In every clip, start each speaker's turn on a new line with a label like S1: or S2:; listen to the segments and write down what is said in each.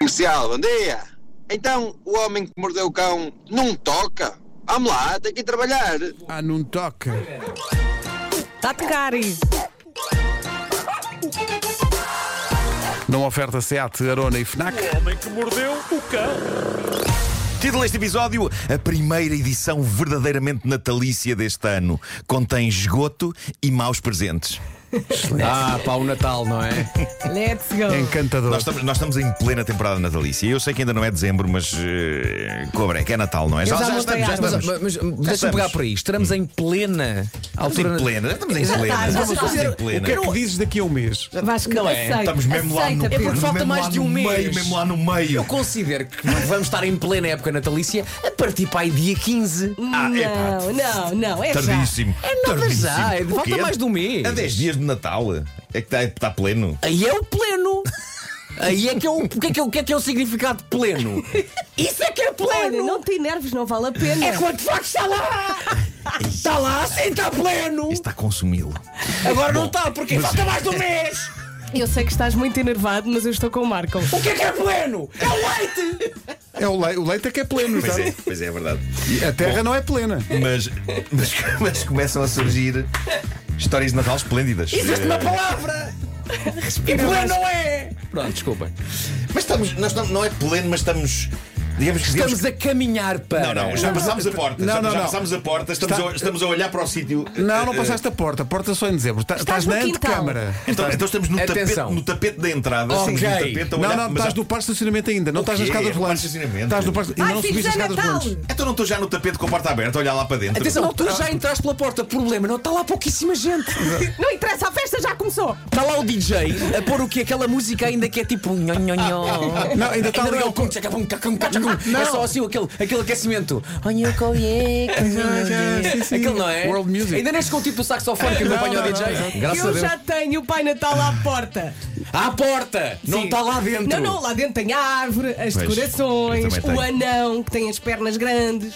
S1: Comercial, bom dia. Então, o homem que mordeu o cão não toca? Vamos lá, tem que ir trabalhar.
S2: Ah, não toca.
S3: Está Tá a pegar aí.
S2: Não oferta SEAT, Arona e FNAC.
S4: Título deste episódio: A primeira edição verdadeiramente natalícia deste ano. Contém esgoto e maus presentes.
S5: Ah, pá, o Natal, não é?
S3: Let's go.
S2: É encantador.
S4: Nós estamos, nós estamos em plena temporada natalícia. Eu sei que ainda não é dezembro, mas. eh, cobra, é que é Natal, não é?
S5: Então
S3: já montei
S4: estamos, já
S3: a
S5: Mas,
S4: estamos.
S5: mas, mas deixa-me
S4: estamos.
S5: pegar por aí. Estaremos em plena altura.
S4: Estamos em plena, estamos
S3: Já
S4: em
S3: está,
S4: plena.
S3: já está.
S4: Estamos em plena.
S2: O que é que dizes daqui a um mês?
S3: Vasco,
S5: Não é,
S3: aceita.
S4: Estamos mesmo lá no.
S3: aceita, Pedro.
S5: porque falta
S4: mesmo
S5: mais
S4: lá
S5: de um
S4: no
S5: mês.
S4: Meio, mesmo lá no meio.
S5: Eu considero que vamos estar em plena época natalícia a partir para aí dia 15.
S4: Ah, epá.
S3: Não, não, não, é
S4: Tardíssimo.
S5: É nada
S4: Tardíssimo.
S5: já, é-
S4: O
S5: falta
S4: quê?
S5: mais de um mês.
S4: Há 10 dias de Natal. É que está está pleno.
S5: Aí é o pleno. Aí é que é o. O que é que é, o que é que é o significado de pleno? Isso é que é
S3: já. Olha,
S5: pleno!
S3: não tem nervos, não vale a pena.
S5: É quando de facto está lá! Está lá, sim, está pleno!
S4: Está consumido.
S5: Agora não está, porque falta mais de um mês!
S3: Eu sei que estás muito enervado, mas eu estou com o Marco.
S5: O que é que é pleno? É o leite!
S2: É o, le- o leite é que é pleno,
S4: Pois
S2: sabe?
S4: é, pois é, é verdade.
S2: A terra não é plena.
S4: Mas, mas, mas começam a surgir histórias de Natal esplêndidas.
S5: Existe
S4: Eh,
S5: uma palavra! E pleno não é! Pronto, desculpem.
S4: Mas estamos, nós não, não é pleno, mas estamos. Digamos que
S5: Estamos a caminhar para.
S4: Não, não, já passámos a porta.
S2: Não,
S4: já,
S2: não,
S4: já
S2: não.
S4: passámos a porta, estamos,
S2: Está-
S4: a, estamos a olhar para o sítio.
S2: Não, não
S4: Eh,
S2: passaste a porta. A porta só em dezembro. Tá-
S3: Estás
S2: Estás
S3: no
S2: na
S3: quintal.
S2: antecâmara.
S4: Então, então estamos no tapete,
S5: Atenção.
S4: no tapete da entrada.
S5: Ok.
S4: Estamos no tapete a
S2: Não,
S4: olhar,
S2: não,
S4: Então, mas
S2: estás
S4: já-
S2: no parque de estacionamento ainda. Não estás nas
S4: quê?
S2: escadas
S4: É no parque
S2: volantes.
S4: de estacionamento.
S2: Estás no parque e
S3: Ai,
S2: não
S3: filhos,
S2: subiste as
S3: é
S2: escadas
S3: Natal.
S2: volantes.
S4: Então não estou já no tapete com a porta aberta, a olhar lá para dentro.
S5: Atenção, não, tu já entraste pela porta, um problema, não está lá pouquíssima gente.
S3: Não interessa, a festa já começou.
S5: Está lá o DJ a pôr o quê? Aquela música ainda que é tipo. nho, nho, nho.
S2: Não, ainda está ali
S5: Ainda não é
S2: o
S5: o cum, tchacabum, cacum, cacum. É só assim aquele, aquele aquecimento. Olha o que é que-
S2: Sim, sim.
S5: Aquele não é?
S2: World Music.
S5: Ainda nem chegou o tipo do saxofone que
S2: Não,
S5: acompanha o
S2: não,
S5: DJ.
S2: não,
S5: Graças a
S3: eu
S5: Deus.
S3: já tenho o Pai Natal à porta.
S5: À porta! Não
S3: Sim.
S5: está lá dentro.
S3: Não, não, lá dentro tem a árvore, as
S4: Pois, eu
S3: decorações,
S4: também
S3: o
S4: tenho.
S3: anão que tem as pernas grandes.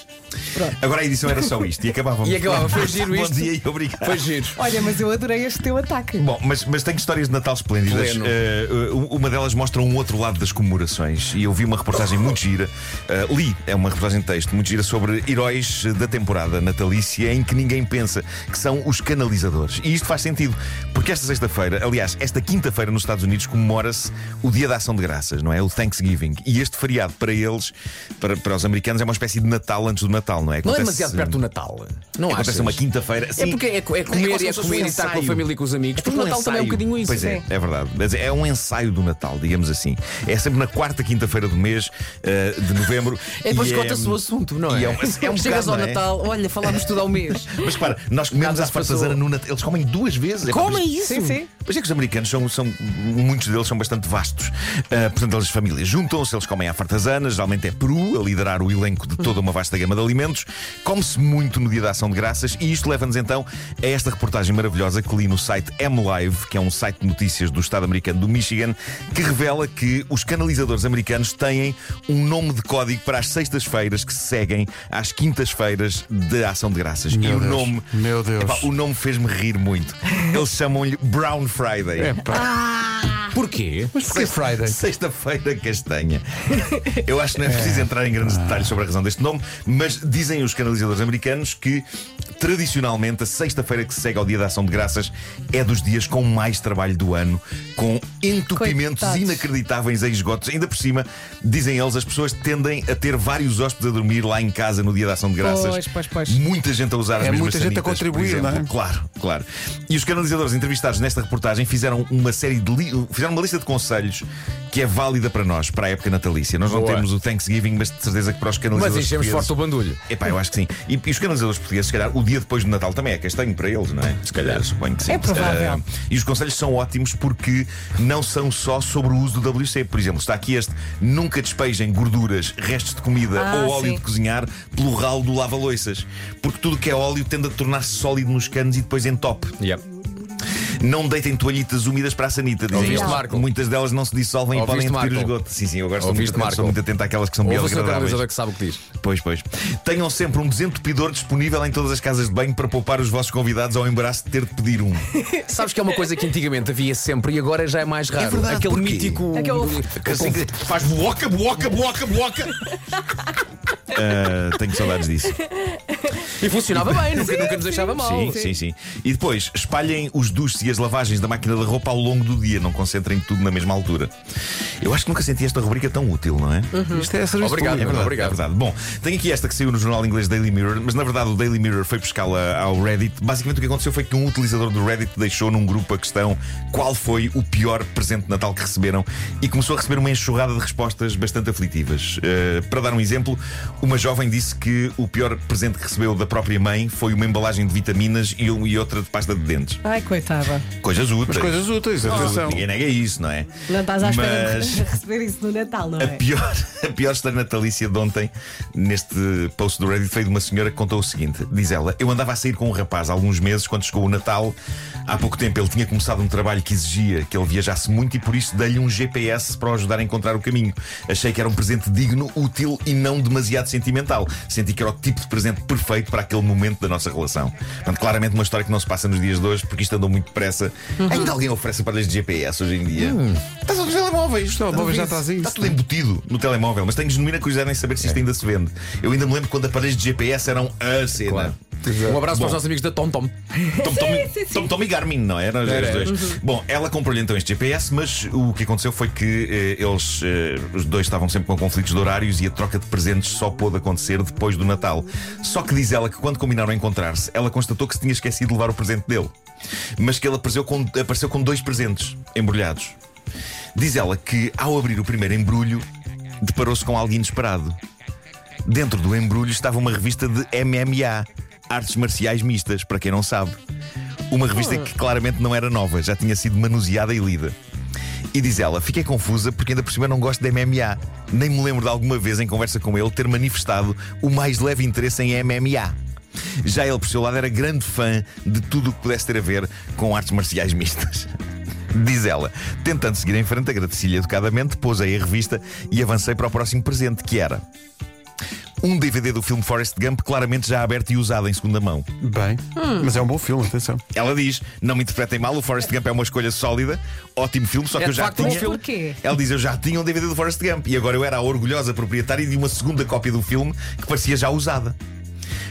S4: Agora a edição era só isto e acabávamos.
S5: E acabava, foi giro
S4: Bom
S5: isto.
S4: dia e obrigado.
S5: Foi giro.
S3: Olha, mas eu adorei este teu ataque.
S4: Bom, mas, mas tenho histórias de Natal esplêndidas.
S5: Pleno.
S4: Eh, u- uma delas mostra um outro lado das comemorações. E eu vi uma reportagem muito gira. eh, li, é uma reportagem de texto, muito gira, sobre heróis da temporada natalícia em que ninguém pensa, que são os canalizadores. E isto faz sentido, porque esta sexta-feira, aliás, esta quinta-feira nos Estados Unidos comemora-se o Dia da Ação de Graças, não é? O Thanksgiving. E este feriado para eles, para, para os americanos, é uma espécie de Natal antes do Natal, não é?
S5: Não é
S4: Acontece-
S5: demasiado perto do Natal. Não
S4: Acontece
S5: achas?
S4: uma quinta-feira.
S5: É
S4: Sim.
S5: porque é, é
S4: É
S5: comer
S4: como
S5: e
S4: se
S5: é
S4: fosse um
S5: comer e estar com a
S4: ensaio.
S5: família e com os amigos. Porque o
S4: um
S5: Natal também é um
S4: ensaio.
S5: bocadinho isso.
S4: Pois é, é verdade. Mas É um ensaio do Natal, digamos assim. É sempre na quarta quinta-feira do mês, eh, de novembro.
S5: É depois
S4: e
S5: conta-se o assunto, não é?
S4: e é um- é um
S5: Chegas
S4: bocado,
S5: ao
S4: não é?
S5: Natal, olha, falámos tudo ao mês.
S4: Mas para, nós comemos
S5: Nada
S4: à
S5: se passou.
S4: fartazana no Natal. Eles comem duas vezes. É pá,
S5: Comem
S4: mas-
S5: isso?
S3: Sim, sim.
S4: Pois é que os americanos são, são muitos deles são bastante vastos. Ah, portanto, eles famílias juntam-se, eles comem à fartazana, geralmente é Peru, a liderar o elenco de toda uma vasta gama de alimentos. Come-se muito no dia da ação de graças e isto leva-nos então a esta reportagem maravilhosa que li no site MLive, que é um site de notícias do Estado americano do Michigan, que revela que os canalizadores americanos têm um nome de código para as sextas-feiras que se seguem às quintas-feiras de ação de graças. e
S2: Meu
S4: o
S2: Deus.
S4: nome.
S2: Meu Deus.
S4: Epá, o nome fez-me rir muito. Eles chamam-lhe Brown Friday.
S2: Epá.
S4: É?
S5: Porquê?
S2: Mas porquê É, Friday?
S4: Sexta-feira castanha. Eu acho que não é preciso entrar em
S2: Ah.
S4: grandes detalhes sobre a razão deste nome, mas dizem os canalizadores americanos que tradicionalmente a sexta-feira que se segue ao dia da ação de graças é dos dias com mais trabalho do ano, com entupimentos
S3: Coitados.
S4: inacreditáveis em esgotos. Ainda por cima, dizem eles, as pessoas tendem a ter vários hóspedes a dormir lá em casa no dia da ação de graças.
S3: Pois, pois, pois.
S4: Muita gente a usar as
S2: É
S4: mesmas
S2: muita gente a
S4: sanitas, por
S2: contribuir,
S4: exemplo.
S2: não é?
S4: Claro, claro. E os canalizadores entrevistados nesta reportagem fizeram uma série de li- fizeram uma lista de conselhos que é válida para nós, para a época natalícia. Nós não
S5: Boa.
S4: temos o Thanksgiving, mas de certeza que para os canalizadores.
S5: Mas enchemos
S4: portugueses-
S5: forte o bandulho.
S4: Epá, eu acho que sim. E, e os canalizadores portugueses, se calhar, o dia depois do Natal também é castanho para eles, não é? Se calhar, suponho que sim.
S3: É provável.
S4: Ah, e os conselhos são ótimos porque não são só sobre o uso do WC. Por exemplo, está aqui este: nunca despejem gorduras, restos de comida
S3: Ah,
S4: ou óleo
S3: sim.
S4: de cozinhar pelo ralo do lava-loiças, porque tudo que é óleo tende a tornar-se sólido nos canos e depois entope.
S5: Yeah.
S4: Não deitem toalhitas úmidas para a sanita, dizem
S5: Ouviste,
S4: eles.
S5: Marco?
S4: Muitas delas não se dissolvem e
S5: Ouviste,
S4: podem adquirir o
S5: Marco?
S4: esgoto. Sim, sim, eu gosto
S5: Ouviste,
S4: muito,
S5: Marco?
S4: sou muito atento àquelas que são
S5: Ouve o seu
S4: biodegradáveis.
S5: canalizador que sabe o que diz.
S4: Pois, pois. Tenham sempre um desentupidor disponível em todas as casas de banho para poupar os vossos convidados ao embaraço de ter de pedir um.
S5: Sabes que é uma coisa que antigamente havia sempre e agora já é mais raro.
S4: verdade,
S5: Aquele
S4: porquê?
S5: mítico.
S3: Aquele-
S4: Que assim que faz bloca, bloca, bloca, bloca. Ah, tenho saudades disso.
S5: E funcionava bem, nunca, nunca nos deixava mal.
S4: Sim, sim, sim. E depois, espalhem os duches e as lavagens da máquina da roupa ao longo do dia, não concentrem tudo na mesma altura. Eu acho que nunca senti esta rubrica tão útil, não é?
S2: Isto é serviço público.
S5: Obrigado, Bruno,
S4: verdade,
S5: obrigado.
S4: é verdade. Bom, tem aqui esta que saiu no jornal inglês Daily Mirror, mas na verdade o Daily Mirror foi pescá-la ao Reddit. Basicamente o que aconteceu foi que um utilizador do Reddit deixou num grupo a questão qual foi o pior presente de Natal que receberam e começou a receber uma enxurrada de respostas bastante aflitivas. Eh, para dar um exemplo, uma jovem disse que o pior presente que recebeu da própria mãe foi uma embalagem de vitaminas e, um- e outra de pasta de dentes.
S3: Ai, coitada.
S4: Coisas úteis.
S2: Mas coisas úteis, atenção.
S4: Ninguém nega isso, não é?
S3: Não estás à espera
S4: Mas...
S3: de receber isso no Natal, não
S4: A
S3: é?
S4: pior, a pior história natalícia de ontem, neste post do Reddit, foi de uma senhora que contou o seguinte: diz ela, eu andava a sair com um rapaz há alguns meses, quando chegou o Natal, há pouco tempo ele tinha começado um trabalho que exigia que ele viajasse muito e por isso dei-lhe um GPS para o ajudar a encontrar o caminho. Achei que era um presente digno, útil e não demasiado sentimental. Senti que era o tipo de presente perfeito para aquele momento da nossa relação. Portanto, claramente uma história que não se passa nos dias de hoje, porque isto andou muito depressa. Ainda alguém oferece aparelhos de GPS hoje em dia. Estás a ver os telemóveis.
S2: Os telemóveis já assim. trazem isso. É.
S4: Está tudo embutido no telemóvel, mas tenho genuína curiosidade em saber se isto ainda se vende. Eu ainda me lembro quando aparelhos de GPS eram a cena.
S5: Claro. Um abraço para os
S4: Bom.
S5: nossos amigos da Tom Tom.
S4: Tom, Tom, Tom, Tom e Garmin, não é? Eram os
S5: Era,
S4: dois. Bom, ela comprou-lhe então este GPS, mas o que aconteceu foi que eh, eles, eh, os dois estavam sempre com conflitos de horários e a troca de presentes só pôde acontecer depois do Natal. Só que diz ela que quando combinaram encontrar-se, ela constatou que se tinha esquecido de levar o presente dele, mas que ele apareceu com, apareceu com dois presentes embrulhados. Diz ela que ao abrir o primeiro embrulho, deparou-se com algo inesperado. Dentro do embrulho estava uma revista de MMA, Artes Marciais Mistas, para quem não sabe. Uma revista que claramente não era nova, já tinha sido manuseada e lida. E diz ela, fiquei confusa porque ainda por cima não gosto de MMA. Nem me lembro de alguma vez em conversa com ele ter manifestado o mais leve interesse em MMA. Já ele, por seu lado, era grande fã de tudo o que pudesse ter a ver com artes marciais mistas. Diz ela, tentando seguir em frente, agradeci-lhe educadamente, posei a revista e avancei para o próximo presente, que era um DVD do filme Forrest Gump, claramente já aberto e usado em segunda mão.
S2: Bem, mas é um bom filme, atenção.
S4: Ela diz: Não me interpretem mal, o Forrest Gump é uma escolha sólida, ótimo filme, só que
S5: É
S4: eu
S5: de
S4: já
S5: facto um
S4: tinha.
S5: filme.
S3: Porquê?
S4: Ela diz: Eu já tinha um DVD do Forrest Gump e agora eu era a orgulhosa proprietária de uma segunda cópia do filme que parecia já usada.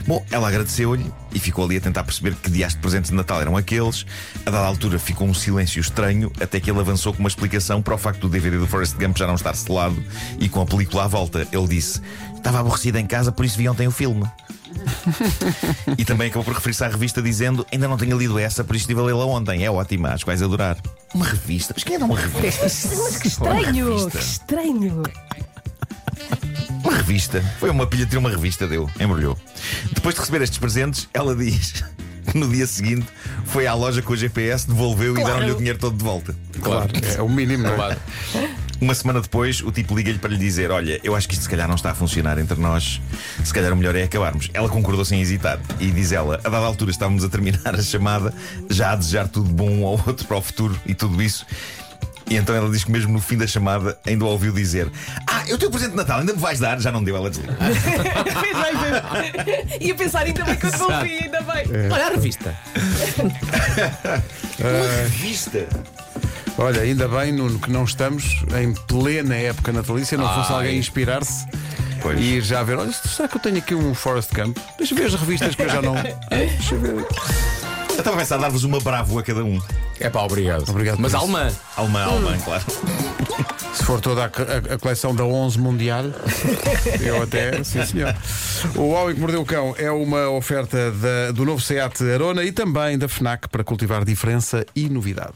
S4: Bom, ela agradeceu-lhe e ficou ali a tentar perceber que dias de presentes de Natal eram aqueles. A dada altura ficou um silêncio estranho até que ele avançou com uma explicação para o facto do DVD do Forrest Gump já não estar selado e com a película à volta. Ele disse: Estava aborrecida em casa, por isso vi ontem o filme. E também acabou por referir-se à revista dizendo ainda não tenho lido essa, por isso estive a lê-la ontem. É ótima, acho que vais adorar. Uma revista? Mas quem é uma revista?
S3: Mas que estranho, que estranho.
S4: Uma revista. Foi uma pilha de uma revista, deu. Embrulhou. Depois de receber estes presentes, ela diz que no dia seguinte foi à loja com o GPS, devolveu e deram-lhe o dinheiro todo de volta.
S5: Claro.
S2: É o mínimo, não é?
S5: Claro.
S4: Uma semana depois, o tipo liga-lhe para lhe dizer: Olha, eu acho que isto se calhar não está a funcionar entre nós, se calhar o melhor é acabarmos. Ela concordou sem hesitar e diz ela: A dada altura estávamos a terminar a chamada, já a desejar tudo bom um ao outro para o futuro e tudo isso. E então ela diz que mesmo no fim da chamada ainda o ouviu dizer: Ah, eu tenho presente de Natal, ainda me vais dar? Já não deu, ela desliga.
S3: Fez bem, fez. Ia pensar ainda bem que eu te ouvi, ainda bem.
S5: Olha a revista.
S4: Uma revista!
S2: Olha, ainda bem, Nuno, que não estamos em plena época natalícia, não fosse
S5: Ai.
S2: alguém inspirar-se
S4: Pois.
S2: e ir já ver, olha, será que eu tenho aqui um Forest Camp? Deixa eu ver as revistas que eu já não. Deixa eu ver.
S4: Eu estava a pensar a dar-vos uma bravo a cada um.
S5: É pá, obrigado.
S2: Obrigado
S5: Mas
S2: por isso.
S5: alemã.
S4: Alma, alma, claro.
S2: Se for toda a, a- a coleção da 11 Mundial, eu até, sim senhor. O Homem que Mordeu o Cão é uma oferta da- do novo SEAT Arona e também da FNAC para cultivar diferença e novidade.